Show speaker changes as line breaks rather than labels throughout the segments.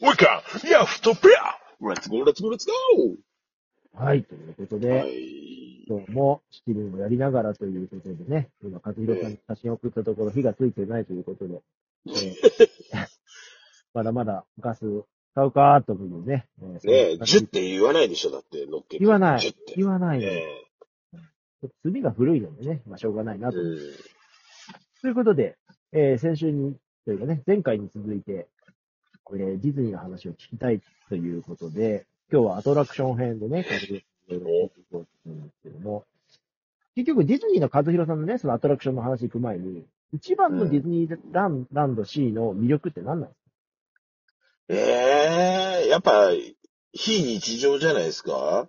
We can! ヤフトペア !Let's go, let's go, let's go!
はい、ということ
は
で、
い。
今日もシキルームやりながらということでね、今、和弘さんに写真を送ったところ、火がついてないということで、えー まだまだガス買うかーというね。え
ねえ、
ー
10って言わないでしょ、だって、乗っけて。
言わない
10って。
言わない
ね
の。
え。
炭が古いのでね、まあ、しょうがないなと。
うん。
ということで、えー先週に、というかね、前回に続いて、えーディズニーの話を聞きたいということで、今日はアトラクション編でね、和弘さんのいろいろ聞いていこうと思うんですけども、結局ディズニーの和弘さんのね、そのアトラクションの話行く前に、一番のディズニーラン,、ランド C の魅力って何なんで
ええやっぱ、非日常じゃないですか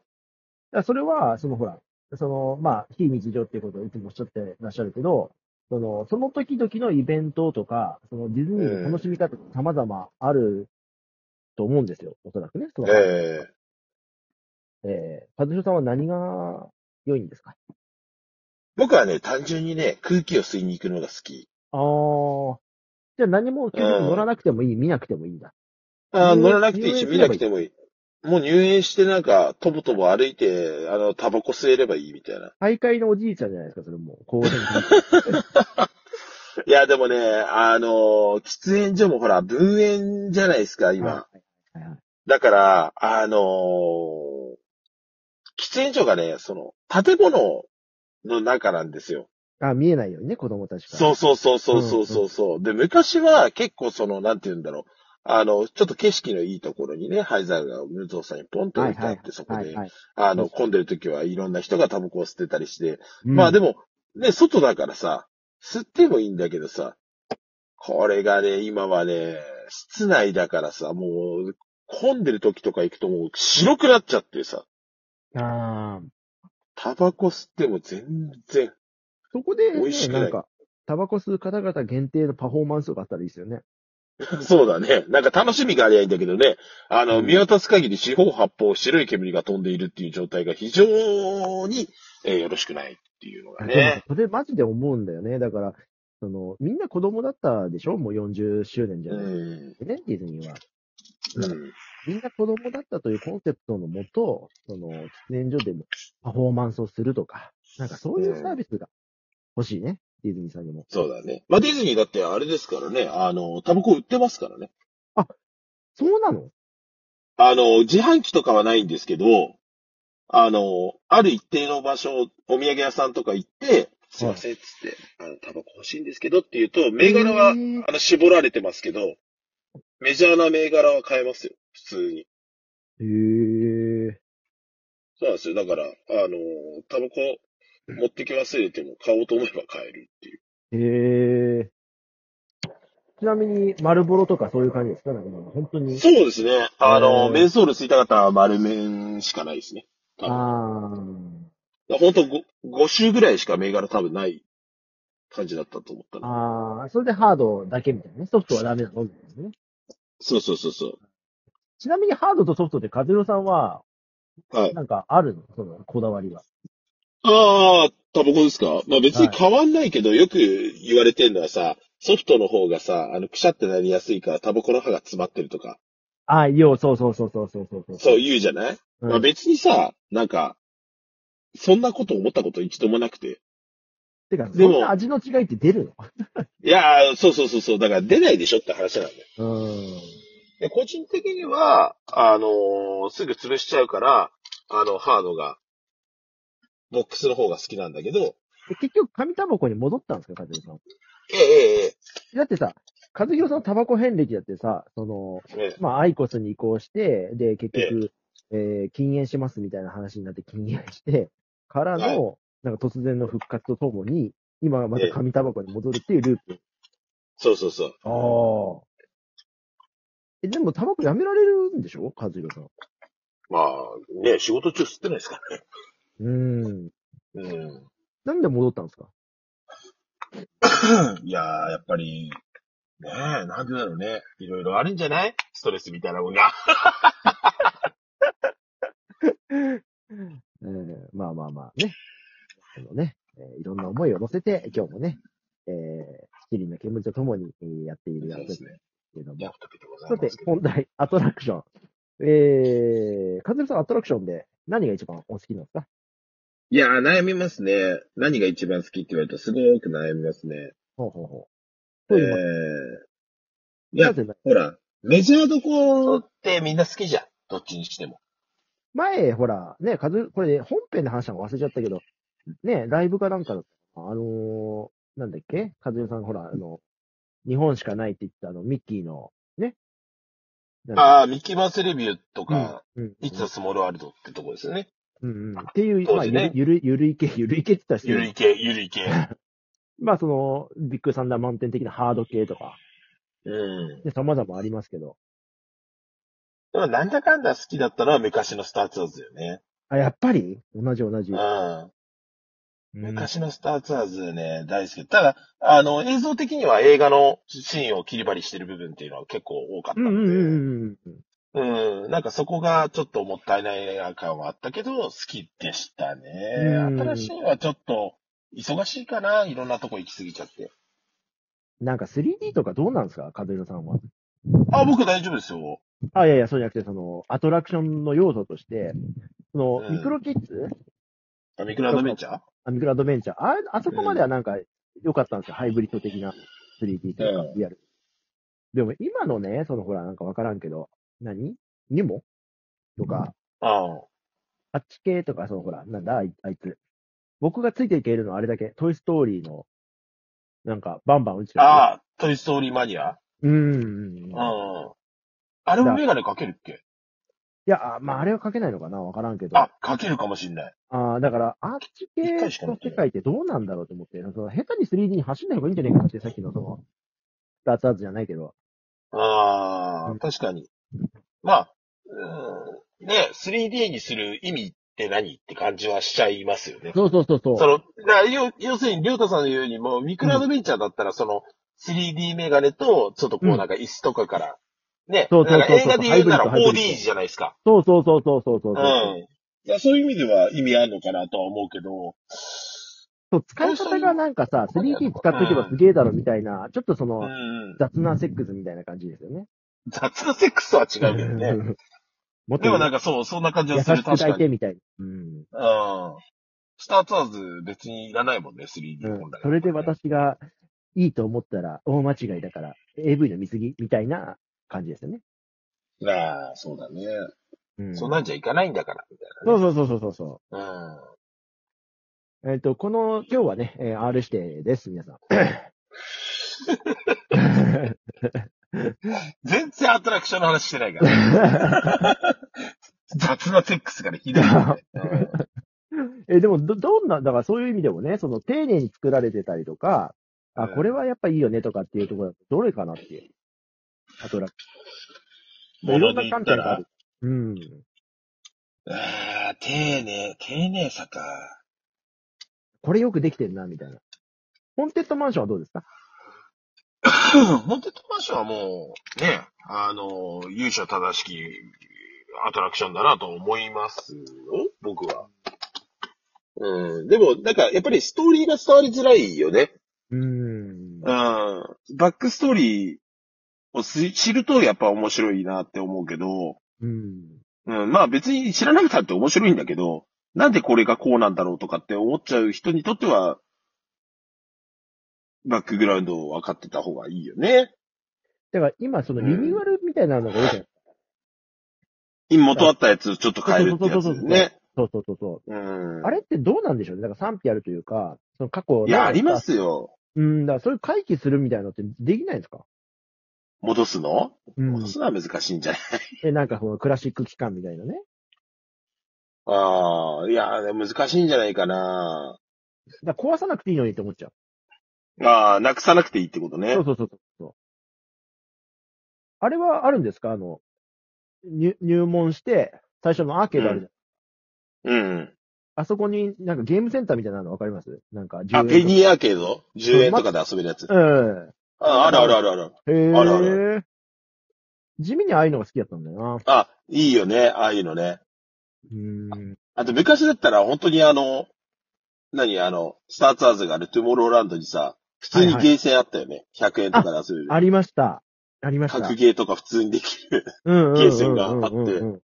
すかそれは、そのほら、その、まあ、非日常っていうことをいつもおっしゃってらっしゃるけど、その、その時々のイベントとか、そのディズニーの楽しみ方って様々あると思うんですよ、おそらくね。その
え
えー、和弘さんは何が良いんですか
僕はね、単純にね、空気を吸いに行くのが好き。
ああ。じゃあ何も結局乗らなくてもいい、見なくてもいいんだ。
あー
入園
乗らなくていいし、
入園す
見
れ
な
ばい
く
い
てもいい。もう入園してなんか、とぼとぼ歩いて、あの、タバコ吸えればいいみたいな。
大会のおじいちゃんじゃないですか、それもう。公園に
いや、でもね、あの、喫煙所もほら、分煙じゃないですか、今。
はいはいはい
だから、あの喫煙所がね、その、建物の中なんですよ。
あ、見えないようにね、子供たちから。
そうそうそうそうそうそうそう、で、昔は結構その、なんて言うんだろう。あの、ちょっと景色のいいところにね、灰皿が無造作にポンと置いてあって、そこ
はい
で、
はい。
あの、混んでる時はいろんな人がタバコを吸ってたりして、
うん
まあでも、ね、外だからさ、吸ってもいいんだけどさ、これがね、今はね、室内だからさ、もう、混んでる時とか行くともう白くなっちゃってさ、
あー
タバコ吸っても全然、
そこで、
美味しく
ね、
ない
なんか、タバコ吸う方々限定のパフォーマンスとかあったらいいですよね。
そうだね。なんか楽しみがありゃいいんだけどね、あの、
うん
見渡す限り四方八方白い煙が飛んでいるっていう状態が非常に、えーよろしくないっていうのがね。
でもそれマジで思うんだよね。だから、その、みんな子供だったでしょもう40周年じゃ
う
ないで
ん。
すかね、ディズニーは。
うん。
みんな子供だったというコンセプトのもと、その、喫煙所でもパフォーマンスをするとか、なんかそういうサービスが欲しいね。ディズニーさんにも。
そうだね。まあ、ディズニーだってあれですからね、あの、タバコ売ってますからね。
そうなの
あの、自販機とかはないんですけど、あの、ある一定の場所、お土産屋さんとか行って、すいません、つって、あの、タバコ欲しいんですけどっていうと、銘柄は、
えー
あの、絞られてますけど、メジャーな銘柄は買えますよ、普通に。
へー。
そうなんですよ。だから、あの、タバコ持ってき忘れても買おうと思えば買えるっていう。
へー。ちなみに、マルボロとかそういう感じですかなんかもう本当に。
そうですね。あの、
えー
メンソール吸いたかったら丸麺しかないですね。多分
あ
本当5、5種ぐらいしか銘柄多分ない感じだったと思った
ー。
な。
あー。それでハードだけみたいなね。ソフトはダメなのみたいなね。
そうそうそうそう。
ちなみにハードとソフトって、カズロさんは、
はい。
なんかあるのその、こだわりは。
ああ、タバコですかまあ別に変わんないけど、よく言われてるのはさ、ソフトの方がさ、あの、くしゃってなりやすいから、タバコの歯が詰まってるとか、
あー、よう、そうそうそうそうそうそうそう。
そう言うじゃない、
うん
まあ別にさ、なんか、そんなこと思ったこと一度もなくて。
てか、
で
そ
も
んな味の違いって出る
いやー、そうそうそうそう、だから出ないでしょって話なんだよ。
のうん。
で個人的には、あのーすぐ潰しちゃうから、あの、ハードが、ボックスの方が好きなんだけど、
で結局、紙タバコに戻ったんですか、和弘さん。
えええ
だってさ、和弘さんのタバコ遍歴だってさ、その、
えええ
まあ、アイコスに移行して、で、結局、えー禁煙しますみたいな話になって禁煙して、からの、
は
なんか突然の復活とともに、今また紙タバコに戻るっていうループ。
そうそうそう。
ああ。え、でもタバコやめられるんでしょ和弘さん。
まあ、ね、仕事中吸ってないですからね。
うーん。
うん。
なんで戻ったんですか
いやー、やっぱり、ねえ、なんでだろうね。いろいろあるんじゃないストレスみたいなもんが。
えーまあまあまあね。そのね、えーいろんな思いを乗せて、今日もね、えー、七輪の煙とともにえーやっているやつです。
ね。
けども
ヤ。フトピでござ
さ
いま
て
すけ、ど。
本題、アトラクション。えー、かずるさん、アトラクションで何が一番お好きなんですか
いやー、悩みますね。何が一番好きって言われたらすごく悩みますね。
ほうほうほう。
え
と
ー
いうわ、
い
けで
や
な、ぜな
ほら、メジャーどこってみんな好きじゃん。どっちにしても。
前、ほら、ね、かず、これ、ね、本編で話したの忘れちゃったけど、ね、ライブかなんかだったかなあのー、なんだっけかずるさん、ほら、あの、日本しかないって言ったあの、ミッキーの、ね。あ、
ああ、ミッキーマウスレビューとか、
うん。
いつのスモールワールドってとこですよね。
うんうん。っていう、ま
当
あ、
時
ゆる
ね、
ゆる、ゆるい系、ゆるい系って言った
ゆ
ら
る
し
い系、ゆるい系。
まあ、その、ビッグサンダー満点的なハード系とか、
うん。
ね、様々ありますけど。
でもなんだかんだ好きだったのは昔のスターツアーズよね。
あ、やっぱり同じ同じ。
うん。
うん
昔のスターツアーズね、大好き。ただ、あの、映像的には映画のシーンを切り張りしてる部分っていうのは結構多かった
うん
の
うん
で。
うんうん。
うん、なんかそこがちょっともったいない映画感はあったけど、好きでしたね。
うん
新しいのはちょっと忙しいかな、いろんなとこ行き過ぎちゃって。
なんか 3D とかどうなんですかカズルさんは。
あ、僕大丈夫ですよ。
あ、いやいや、そうじゃなくて、その、アトラクションの要素として、その、
うん
ミクロキッズ
あミクロアドベンチャー
あミクロアドベンチャー。あ、あそこまではなんか良かったんですよ。ハイブリッド的な 3D というか
う、
リアル。でも今のね、そのほら、なんかわからんけど、何ニモとか、
あ
あっち系とか、そのほら、なんだ、あいあいつ。僕がついていけるのはあれだけ、トイストーリーの、なんか、バンバン打ち
あ。ああ、トイストーリーマニア
うーん
うん。。あれもメガネかけるっけ
いや、あまあ、あれは書けないのかなわからんけど。あ
あ、かけるかもしんない。
あー、だから、アーチ系
一
の
回しか見て
世
ない
界ってどうなんだろうと思って、その下手に 3D に走んない方がいいんじゃないかなって、さっきのその、スターツアーズじゃないけど。
あ
うん
あ、確かに。まあ、うん、ね、3D にする意味って何って感じはしちゃいますよね。
そうそうそうそう。
その、だから要要するに、りょうたさんの言うにも、ミクロアドベンチャーだったら、その、3D メガネと、ちょっとこ
うん
うなんか椅子とかから、ね、
そうそうそ
なん
う
か映画で言うなら
ハイブリッドハイブリッド
4D じゃないですか。
そうそうそうそうそうそうう。
ん。だからそういう意味では意味あるのかなとは思うけど、
そう、使い方がなんかさ、
そういう
3D 使っていけばすげえだろみたいな、ちょっとそうの、
ん。
雑なセックスみたいな感じですよね。
雑なセックスとは違うけどね。
もっと
でもなんかそう、そんな感じ
優
は
し
する、
く
確
抱
か
い
に。う
て
ん。
みたいな。うん。
スターツアーズ別にいらないもんね、3D
うん
本来、
それで。私がいいと思ったら大間違いだから AV の見過ぎみたいな感じですよね。
ああ、そうだね。
うん、
そんなんじゃいかないんだから、みたい
そうそうそうそうそうそ
な。
う。えっ、と、この、今日はね、えー R 指定です、皆 さん。
うん。全然アトラクションの話してない から。雑なセックスからひどい、ね。
えでもど、どんな、だからそういう意味でもね、その丁寧に作られてたりとか、あ、
うん
これはやっぱいいよねとかっていうところだと、どれかなっていう。アトラクション。いろんな観点がある。うん。
ああ、丁寧、丁寧さか。
これよくできてるな、みたいな。ホンテッドマンションはどうですか
モンテッドマンションはもう、ね、あの、優勝正しきアトラクションだなと思いますよ、僕は。うん。でも、なんか、やっぱりストーリーが伝わりづらいよね。
うーん
うん。。バックストーリーをす知ると、やっぱ面白いなって思うけど、
うん。
うん、まあ別に知らなくたって面白いんだけど、なんでこれがこうなんだろうとかって思っちゃう人にとっては、バックグラウンドを分かってた方がいいよね。
だから今、そのリニューアルみたいなのが多いじゃないですか。
今元あったやつをちょっと変えるってやつ
そうそうそうそうそう
ね。
そうそうそうそう。
うん。
あれってどうなんでしょうね。だから賛否あるというか、その過去の
いや、ありま。すよ。
うん、だからそれ回帰するみたいなのってできないんですか
戻すの
うん
戻。すのは難しいんじゃない、
え、なんかこのクラシック期間みたいなね。
ああ、いや、難しいんじゃないかな。
だから壊さなくていいのにって思っちゃう。
ああ、なくさなくていいってことね。
そうそうそうそうそう。あれはあるんですかあの、入入門して、最初のアーケードあるじゃん。
うん。
あそこになんかゲームセンターみたいなのわかりますなんか10
あ、ペニーアーケード ?10 円とかで遊べるやつ。あ
うん。
あるあるあるある。
へえ。
あるあ
地味にああいうのが好きだったんだよな。
あ、いいよね。ああいうのね。
うーん。
あと昔だったら本当にあの、何あの、スターツアーズがあるトゥモローランドにさ、普通にゲーセンあったよね。100円とかで遊べる。
ありました。ありました。
格ゲーとか普通にできる。
うんうんうんうんうんう
ゲ
ん
ーセンがあって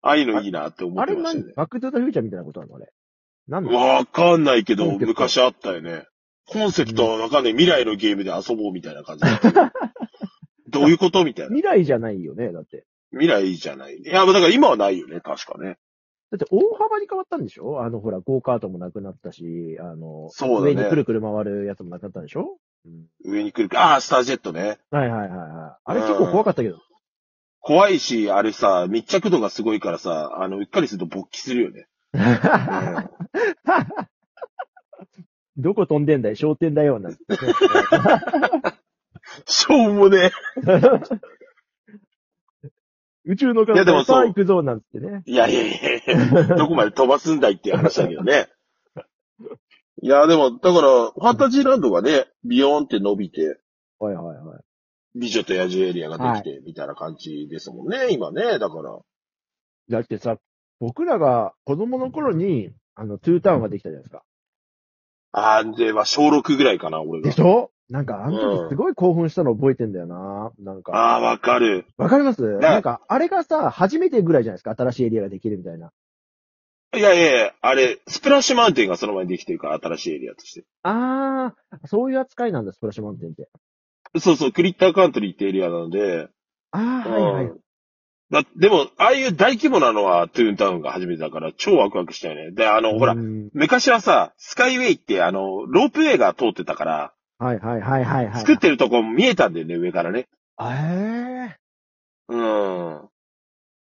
ああいうのいいなって思っ
あ
て
れ
ま
な
した
ん
ね。
バックトゥーザフューチャーみたいなことなのあれ。なんだ
わかんないけど、
コンセプト
昔あったよね。コンセプトはわかんない。未来のゲームで遊ぼうみたいな感じだったけ ど。どういうことみたいな。
未来じゃないよね、だって。
未来じゃない。いや、だから今はないよね、確かね。
だって大幅に変わったんでしょあの、ほら、ゴーカートもなくなったし、あの、
そうだね
上にくるくる回るやつもなくなったんでしょ、うん、
上に来るか。ああ、スタージェットね。
はいはいはいはい。あれ結構怖かったけど。
怖いし、あれさ、密着度がすごいからさ、あの、うっかりすると勃起するよ ね。うん
どこ飛んでんだい商店だよ、な んて。
しょうもね。
宇宙の
いや
彼
で
方
もそう
さあ行くぞ、なんつってね。
いやいやいやいや、どこまで飛ばすんだいっていう話だけど ね。いや、でも、だから、ファンタジーランドがね、ビヨーンって伸びて、
はいはいはい。
美女と野獣エリアができて、みたいな感じですもんね、今ね。だから、
だってさ、僕らが子供の頃に、あの、トゥータウンができたじゃないですか。
あー、で、まあ、小6ぐらいかな、俺
で
が
し。ょなんか、あの時すごい興奮したの覚えてんだよな。なんか。
ああ、わかる。
わかります
ね
なんか、あれがさ、初めてぐらいじゃないですか新しいエリアができるみたいな。
いやいやいや、あれ、スプラッシュマウンテンがその前にできてるから、新しいエリアとして。
あー、そういう扱いなんだ、スプラッシュマウンテンって。
そうそう、クリッターカントリーってエリアなので、
あー、はいは
う
い
ん。だでも、ああいう大規模なのは、トゥーンタウンが初めてだから、超ワクワクしたよね。で、あの、ほら
う、ん
昔はさ、スカイウェイって、あの、ロープウェイが通ってたから、
はいはいはいはいはい。
作ってるとこも見えたんだよね、上からね。
え
うん。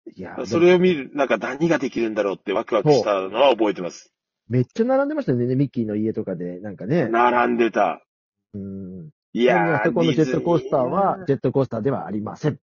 えいや、
それを見る、なんか何ができるんだろうってワクワクしたのは覚えてます。
めっちゃ並んでましたよね、ミッキーの家とかで、なんかね。
並んでた。
うん。
い
い
やー、
あそこのジェットコースター
デ
は、ジェットコースターではありません。